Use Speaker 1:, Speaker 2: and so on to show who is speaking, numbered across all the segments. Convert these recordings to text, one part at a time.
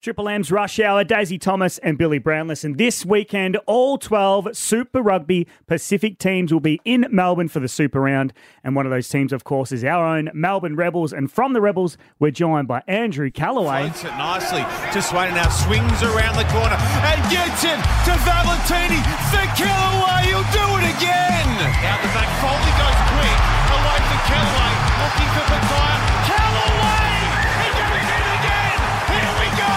Speaker 1: Triple M's Rush Hour, Daisy Thomas and Billy Brown. Listen, this weekend, all 12 Super Rugby Pacific teams will be in Melbourne for the Super Round. And one of those teams, of course, is our own Melbourne Rebels. And from the Rebels, we're joined by Andrew Callaway.
Speaker 2: Floats it nicely. Just waiting now. Swings around the corner and gets it to Valentini for Callaway. He'll do it again. Out the back. Foley goes quick. Away for Callaway. Looking for Maguire. Callaway. He goes in again. Here we go.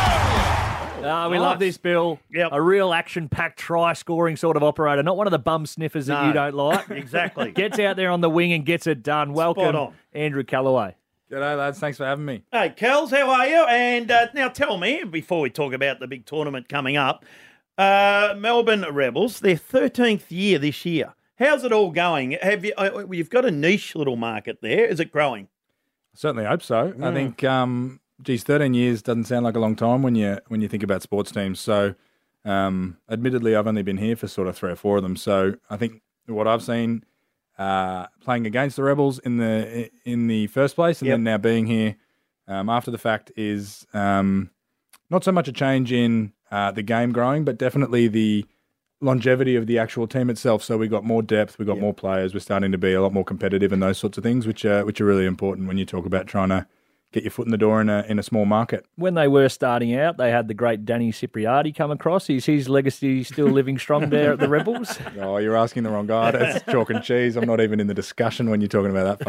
Speaker 3: Ah, we love this, Bill.
Speaker 4: Yep.
Speaker 3: A real action packed try scoring sort of operator, not one of the bum sniffers that you
Speaker 4: No.
Speaker 3: don't like.
Speaker 4: Exactly.
Speaker 3: Gets out there on the wing and gets it done. Welcome,
Speaker 4: on.
Speaker 3: Andrew Callaway.
Speaker 5: G'day, lads. Thanks for having me.
Speaker 4: Hey, Kels, how are you? And uh, now tell me, before we talk about the big tournament coming up, uh, Melbourne Rebels, their 13th year this year. How's it all going? Have you, uh, You've got a niche little market there. Is it growing?
Speaker 5: Certainly hope so. I think, um, geez, 13 years doesn't sound like a long time when you when you think about sports teams. So, um, admittedly, I've only been here for sort of three or four of them. So, I think what I've seen uh, playing against the Rebels in the in the first place, and then now being here um, after the fact is um, not so much a change in uh, the game growing, but definitely the longevity of the actual team itself. So we got more depth, we got more players, we're starting to be a lot more competitive and those sorts of things, which are which are really important when you talk about trying to get your foot in the door in a in a small market.
Speaker 3: When they were starting out, they had the great Danny Cipriati come across. Is his legacy still living strong there at the Rebels?
Speaker 5: Oh, you're asking the wrong guy. That's chalk and cheese. I'm not even in the discussion when you're talking about that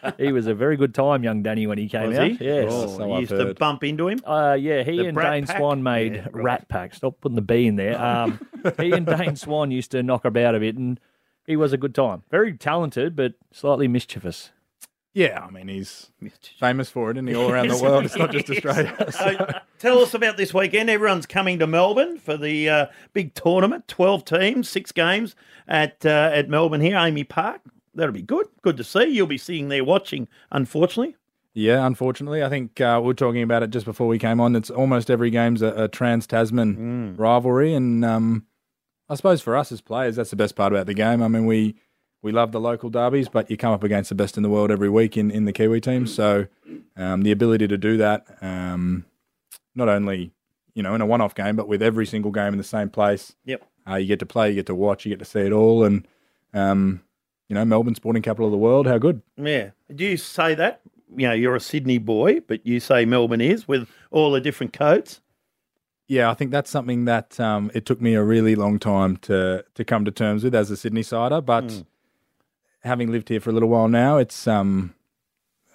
Speaker 5: fella.
Speaker 3: He was a very good time, young Danny, when he came
Speaker 4: Was
Speaker 3: out.
Speaker 4: he?
Speaker 3: Yes.
Speaker 5: Oh, so
Speaker 4: you
Speaker 5: I've
Speaker 4: used to
Speaker 5: heard.
Speaker 4: bump into him?
Speaker 3: Uh, yeah, he
Speaker 4: The
Speaker 3: and
Speaker 4: Brat
Speaker 3: Dane
Speaker 4: Pack?
Speaker 3: Swan made
Speaker 4: Yeah, right.
Speaker 3: Rat Pack. Stop putting the B in there. Um, he and Dane Swan used to knock about a bit, and he was a good time. Very talented, but slightly mischievous.
Speaker 5: yeah, I mean he's famous for it, isn't he? All around the world. It's not just Australia.
Speaker 4: So tell us about this weekend. Everyone's coming to Melbourne for the uh, big tournament. Twelve teams, six games at uh, at Melbourne here, Amy Park. That'll be good. Good to see. You'll be sitting there watching. Unfortunately,
Speaker 5: Yeah, unfortunately, I think uh, we were talking about it just before we came on. It's almost every game's a, a trans Tasman rivalry, and um, I suppose for us as players, that's the best part about the game. I mean, we we love the local derbies, but you come up against the best in the world every week in, in the Kiwi team. So um, the ability to do that, um, not only you know in a one off game, but with every single game in the same place,
Speaker 4: yep.
Speaker 5: uh, you get to play, you get to watch, you get to see it all, and um, you know Melbourne, sporting capital of the world. How good?
Speaker 4: Yeah. Do you say that? You know, you're a Sydney boy, but you say Melbourne is with all the different codes.
Speaker 5: Yeah, I think that's something that um, it took me a really long time to to come to terms with as a Sydney sider. But having lived here for a little while now, it's um,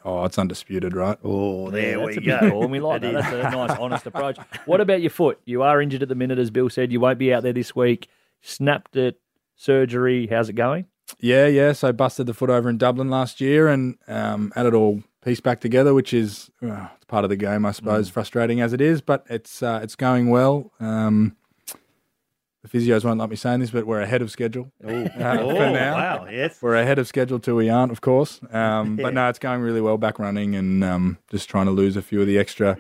Speaker 5: oh, it's undisputed, right?
Speaker 4: Oh, there
Speaker 3: That's
Speaker 4: we
Speaker 3: a big
Speaker 4: go.
Speaker 3: call, and we like that. That's a nice, honest approach. What about your foot? You are injured at the minute, as Bill said. You won't be out there this week. Snapped it. Surgery. How's it going?
Speaker 5: Yeah, yeah. So busted the foot over in Dublin last year and um, had it all pieced back together, which is uh, it's part of the game, I suppose. Frustrating as it is, but it's uh, it's going well. Um, the physios won't like me saying this, but we're ahead of schedule. Uh,
Speaker 4: Oh,
Speaker 5: for now.
Speaker 4: wow. Yes.
Speaker 5: We're ahead of schedule till we aren't, of course. Um, But no, it's going really well back running and um, just trying to lose a few of the extra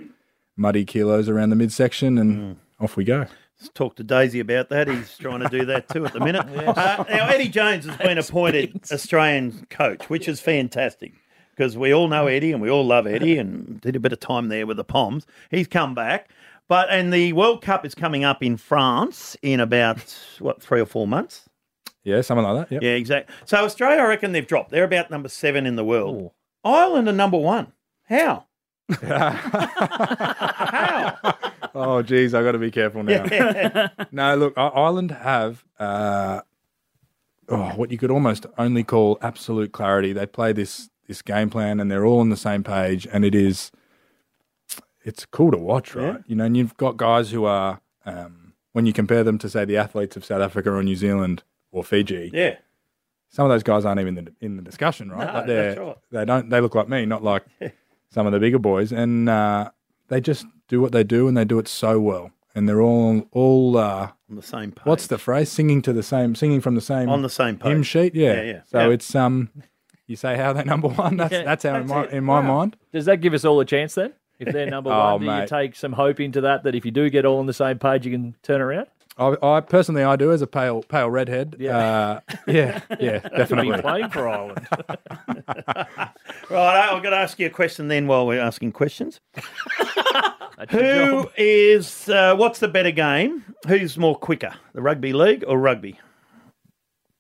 Speaker 5: muddy kilos around the midsection and off we go.
Speaker 4: Let's talk to Daisy about that. He's trying to do that too at the minute. uh, now, Eddie Jones has been appointed Australian coach, which is fantastic because we all know Eddie and we all love Eddie and did a bit of time there with the Poms. He's come back. But, and the World Cup is coming up in France in about, what, three or four months?
Speaker 5: Yeah, something like that. Yep.
Speaker 4: Yeah, exactly. So, Australia, I reckon they've dropped. They're about number seven in the world. Ireland are number one. How?
Speaker 5: Oh, geez, i got to be careful now.
Speaker 4: yeah,
Speaker 5: No, look, I- Ireland have uh, oh, what you could almost only call absolute clarity. They play this this game plan, and they're all on the same page, and it is it's cool to watch, right? You know, and you've got guys who are um, when you compare them to say the athletes of South Africa or New Zealand or Fiji,
Speaker 4: yeah.
Speaker 5: some of those guys aren't even in the, in the discussion, right?
Speaker 4: No,
Speaker 5: Like, they're-
Speaker 4: that's right.
Speaker 5: They don't. They look like me, not like some of the bigger boys, and uh, they just do what they do, and they do it so well. And they're all all uh,
Speaker 4: On the same page.
Speaker 5: What's the phrase? Singing to the same, singing from the same
Speaker 4: On the same page.
Speaker 5: hymn sheet. Yeah,
Speaker 4: Yeah, yeah.
Speaker 5: So
Speaker 4: Yeah.
Speaker 5: it's um, you say how they number one. That's that's how in my in my mind.
Speaker 3: Does that give us all a chance then? If they're number
Speaker 5: Oh,
Speaker 3: one, do you
Speaker 5: mate.
Speaker 3: take some hope into that? That if you do get all on the same page, you can turn around.
Speaker 5: I, I personally I do as a pale pale redhead.
Speaker 3: Yeah.
Speaker 5: uh, yeah, yeah,
Speaker 3: Be
Speaker 5: definitely.
Speaker 3: playing for Ireland.
Speaker 4: Right, I've got to ask you a question then while we're asking questions.
Speaker 3: That's your job.
Speaker 4: Who is, uh, what's the better game? Who's more quicker, the rugby league or rugby?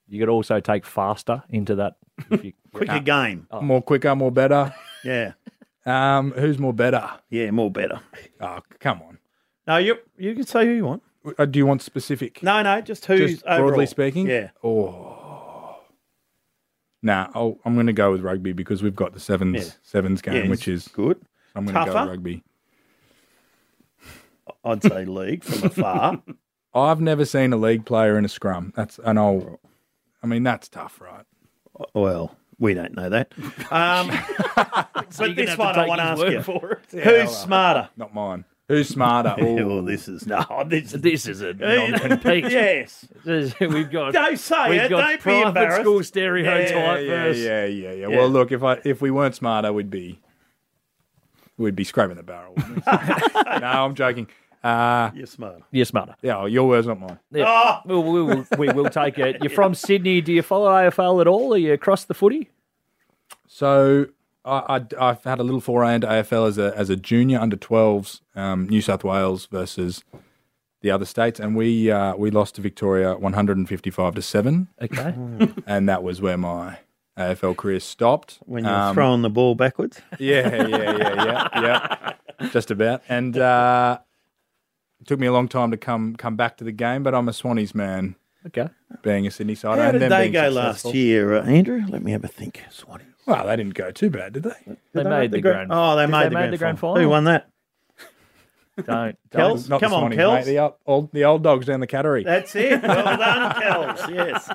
Speaker 3: You could also take faster into that. If you,
Speaker 4: Quicker game.
Speaker 5: More quicker, more better.
Speaker 4: Yeah.
Speaker 5: Um, who's more better?
Speaker 4: Yeah, more better.
Speaker 5: Oh, come on.
Speaker 4: No, you you can say who you want.
Speaker 5: Uh, Do you want specific?
Speaker 4: No, no, just who's
Speaker 5: Just broadly
Speaker 4: overall.
Speaker 5: speaking? Oh.
Speaker 4: Yeah.
Speaker 5: Nah, I'll, I'm going to go with rugby because we've got the sevens
Speaker 4: Yeah.
Speaker 5: sevens game,
Speaker 4: yeah
Speaker 5: which is
Speaker 4: good.
Speaker 5: I'm going to go
Speaker 4: Tougher?
Speaker 5: rugby.
Speaker 4: I'd say league from afar.
Speaker 5: I've never seen a league player in a scrum. That's and I'll. I mean, that's tough, right?
Speaker 4: well, we don't know that. Um, but this one I
Speaker 3: take
Speaker 4: want
Speaker 3: his
Speaker 4: to ask
Speaker 3: word
Speaker 4: you:
Speaker 3: for it.
Speaker 5: well, uh,
Speaker 4: Who's smarter?
Speaker 5: Not mine. Who's smarter? Ooh.
Speaker 4: Oh, this is no. This is
Speaker 3: This is a non-compete.
Speaker 4: yes.
Speaker 3: This- We've got
Speaker 4: Don't say
Speaker 3: we've
Speaker 4: it.
Speaker 3: got
Speaker 4: Don't be
Speaker 3: private
Speaker 4: embarrassed.
Speaker 3: school stereotype
Speaker 5: yeah, yeah,
Speaker 3: versus
Speaker 5: yeah, yeah, yeah. Oh, Well, look, if I if we weren't smarter, we'd be we'd be scraping the barrel. wouldn't we? no, I'm joking. Uh,
Speaker 4: You're smarter.
Speaker 3: You're smarter.
Speaker 5: yeah, well, your words, not mine.
Speaker 3: Yeah.
Speaker 4: Ah.
Speaker 3: We, we, will, we will take it. You're from Sydney. Do you follow AFL at all? Are you across the footy?
Speaker 5: So I, I have had a little foray into AFL as a as a junior under 12s, um, New South Wales versus the other states, and we uh, we lost to Victoria 155 to seven,
Speaker 3: Okay.
Speaker 5: and that was where my AFL career stopped.
Speaker 4: When you're
Speaker 5: Um,
Speaker 4: throwing the ball backwards,
Speaker 5: Yeah, yeah, yeah, yeah, yeah. Just about. And uh, it took me a long time to come come back to the game, but I'm a Swannies man,
Speaker 3: Okay.
Speaker 5: being a Sydney side.
Speaker 4: how
Speaker 5: and
Speaker 4: did
Speaker 5: them
Speaker 4: they
Speaker 5: being
Speaker 4: go
Speaker 5: successful.
Speaker 4: last year, uh, Andrew? Let me have a think. Swanee.
Speaker 5: Well, they didn't go too bad, did they?
Speaker 3: They, made the, grand.
Speaker 4: Oh, they
Speaker 3: Did they
Speaker 4: made, the,
Speaker 3: made
Speaker 4: grand
Speaker 3: the grand
Speaker 4: Who
Speaker 3: final?
Speaker 4: won that?
Speaker 3: Don't. don't.
Speaker 4: Kells?
Speaker 5: Not
Speaker 4: Come
Speaker 5: the
Speaker 4: on,
Speaker 5: Swannies,
Speaker 4: Kells.
Speaker 5: mate. The old, old the old dogs down the Cattery.
Speaker 4: That's it. Well done, Kells. Yes.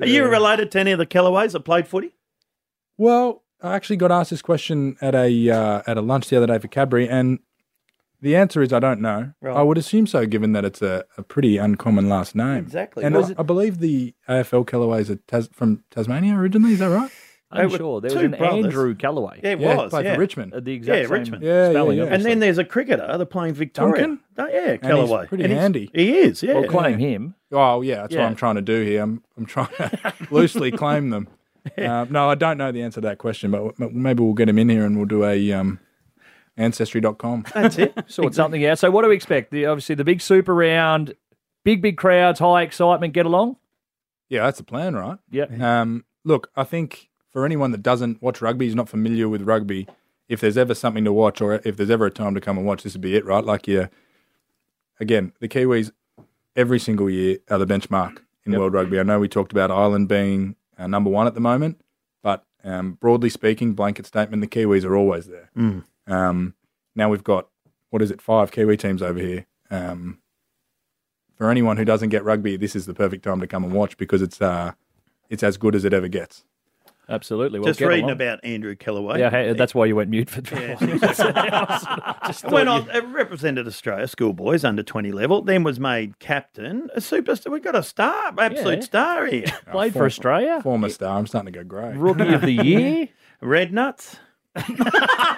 Speaker 4: Are you related to any of the Kellaways that played footy?
Speaker 5: Well, I actually got asked this question at a uh, at a lunch the other day for Cadbury, and the answer is I don't know.
Speaker 4: Right.
Speaker 5: I would assume so, given that it's a, a pretty uncommon last name.
Speaker 4: Exactly.
Speaker 5: And
Speaker 4: Was
Speaker 5: I, I believe the AFL Kellaways are Tas- from Tasmania originally. Is that right?
Speaker 3: I'm
Speaker 4: They were
Speaker 3: sure. There
Speaker 4: two
Speaker 3: was an
Speaker 4: brothers.
Speaker 3: Andrew Callaway.
Speaker 4: Yeah, it
Speaker 5: yeah,
Speaker 4: was.
Speaker 5: played
Speaker 4: yeah.
Speaker 5: for Richmond.
Speaker 3: Uh, The exact
Speaker 4: Yeah,
Speaker 3: same
Speaker 4: Richmond.
Speaker 5: Yeah, yeah,
Speaker 3: spelling.
Speaker 5: yeah.
Speaker 3: obviously.
Speaker 4: And then there's a cricketer. They're playing Victoria.
Speaker 5: Duncan?
Speaker 4: Oh, yeah,
Speaker 5: And he's
Speaker 4: Callaway.
Speaker 5: pretty
Speaker 4: And he's-
Speaker 5: handy.
Speaker 4: He is, yeah.
Speaker 3: We'll claim him.
Speaker 5: Oh yeah, that's
Speaker 3: Yeah.
Speaker 5: what I'm trying to do here. I'm I'm trying to loosely claim them. Uh, no, I don't know the answer to that question, but m- maybe we'll get him in here and we'll do a um, ancestry.com.
Speaker 4: That's it.
Speaker 3: Sort something out. So what do we expect? The, obviously, the big super round, big, big crowds, high excitement. Get along.
Speaker 5: yeah, that's the plan, right?
Speaker 3: Yeah.
Speaker 5: Um, look, I think for anyone that doesn't watch rugby, is not familiar with rugby, if there's ever something to watch or if there's ever a time to come and watch, this would be it, right? Like, yeah, again, the Kiwis every single year are the benchmark in world rugby. I know we talked about Ireland being uh, number one at the moment, but um, broadly speaking, blanket statement, the Kiwis are always there. Um, now we've got, what is it, five Kiwi teams over here. Um, for anyone who doesn't get rugby, this is the perfect time to come and watch because it's uh, it's as good as it ever gets.
Speaker 3: Absolutely. Well,
Speaker 4: Just
Speaker 3: get
Speaker 4: reading
Speaker 3: along.
Speaker 4: about Andrew Callaway.
Speaker 3: Yeah, hey, that's why you went mute for three
Speaker 4: He went on, uh, represented Australia, schoolboys under 20 level, then was made captain, a superstar. We've got a star, absolute
Speaker 3: Yeah.
Speaker 4: star here.
Speaker 3: Played for Australia.
Speaker 5: Former star, I'm starting to go grey.
Speaker 3: Rookie of the year.
Speaker 4: Red Nuts.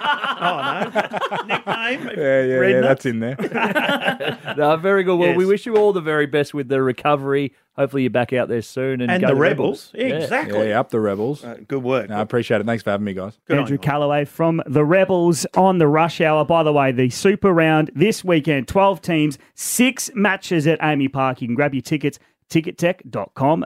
Speaker 4: oh, no. Nickname.
Speaker 5: Yeah, yeah,
Speaker 4: Red
Speaker 5: yeah,
Speaker 4: nuts.
Speaker 5: that's in there.
Speaker 3: No, very good. Well, we
Speaker 4: Yes.
Speaker 3: wish you all the very best with the recovery. Hopefully, you're back out there soon. And,
Speaker 4: And
Speaker 3: go
Speaker 4: the
Speaker 3: to
Speaker 4: Rebels.
Speaker 3: Yeah.
Speaker 5: yeah,
Speaker 4: Exactly.
Speaker 5: yeah, up the rebels.
Speaker 4: Uh, Good work.
Speaker 5: No, I appreciate it. Thanks for having me, guys.
Speaker 4: Good on
Speaker 1: Andrew
Speaker 4: you.
Speaker 1: Callaway from the Rebels on the rush hour. By the way, the Super Round this weekend, 12 teams, six matches at Amy Park. You can grab your tickets, tickettech.com.au.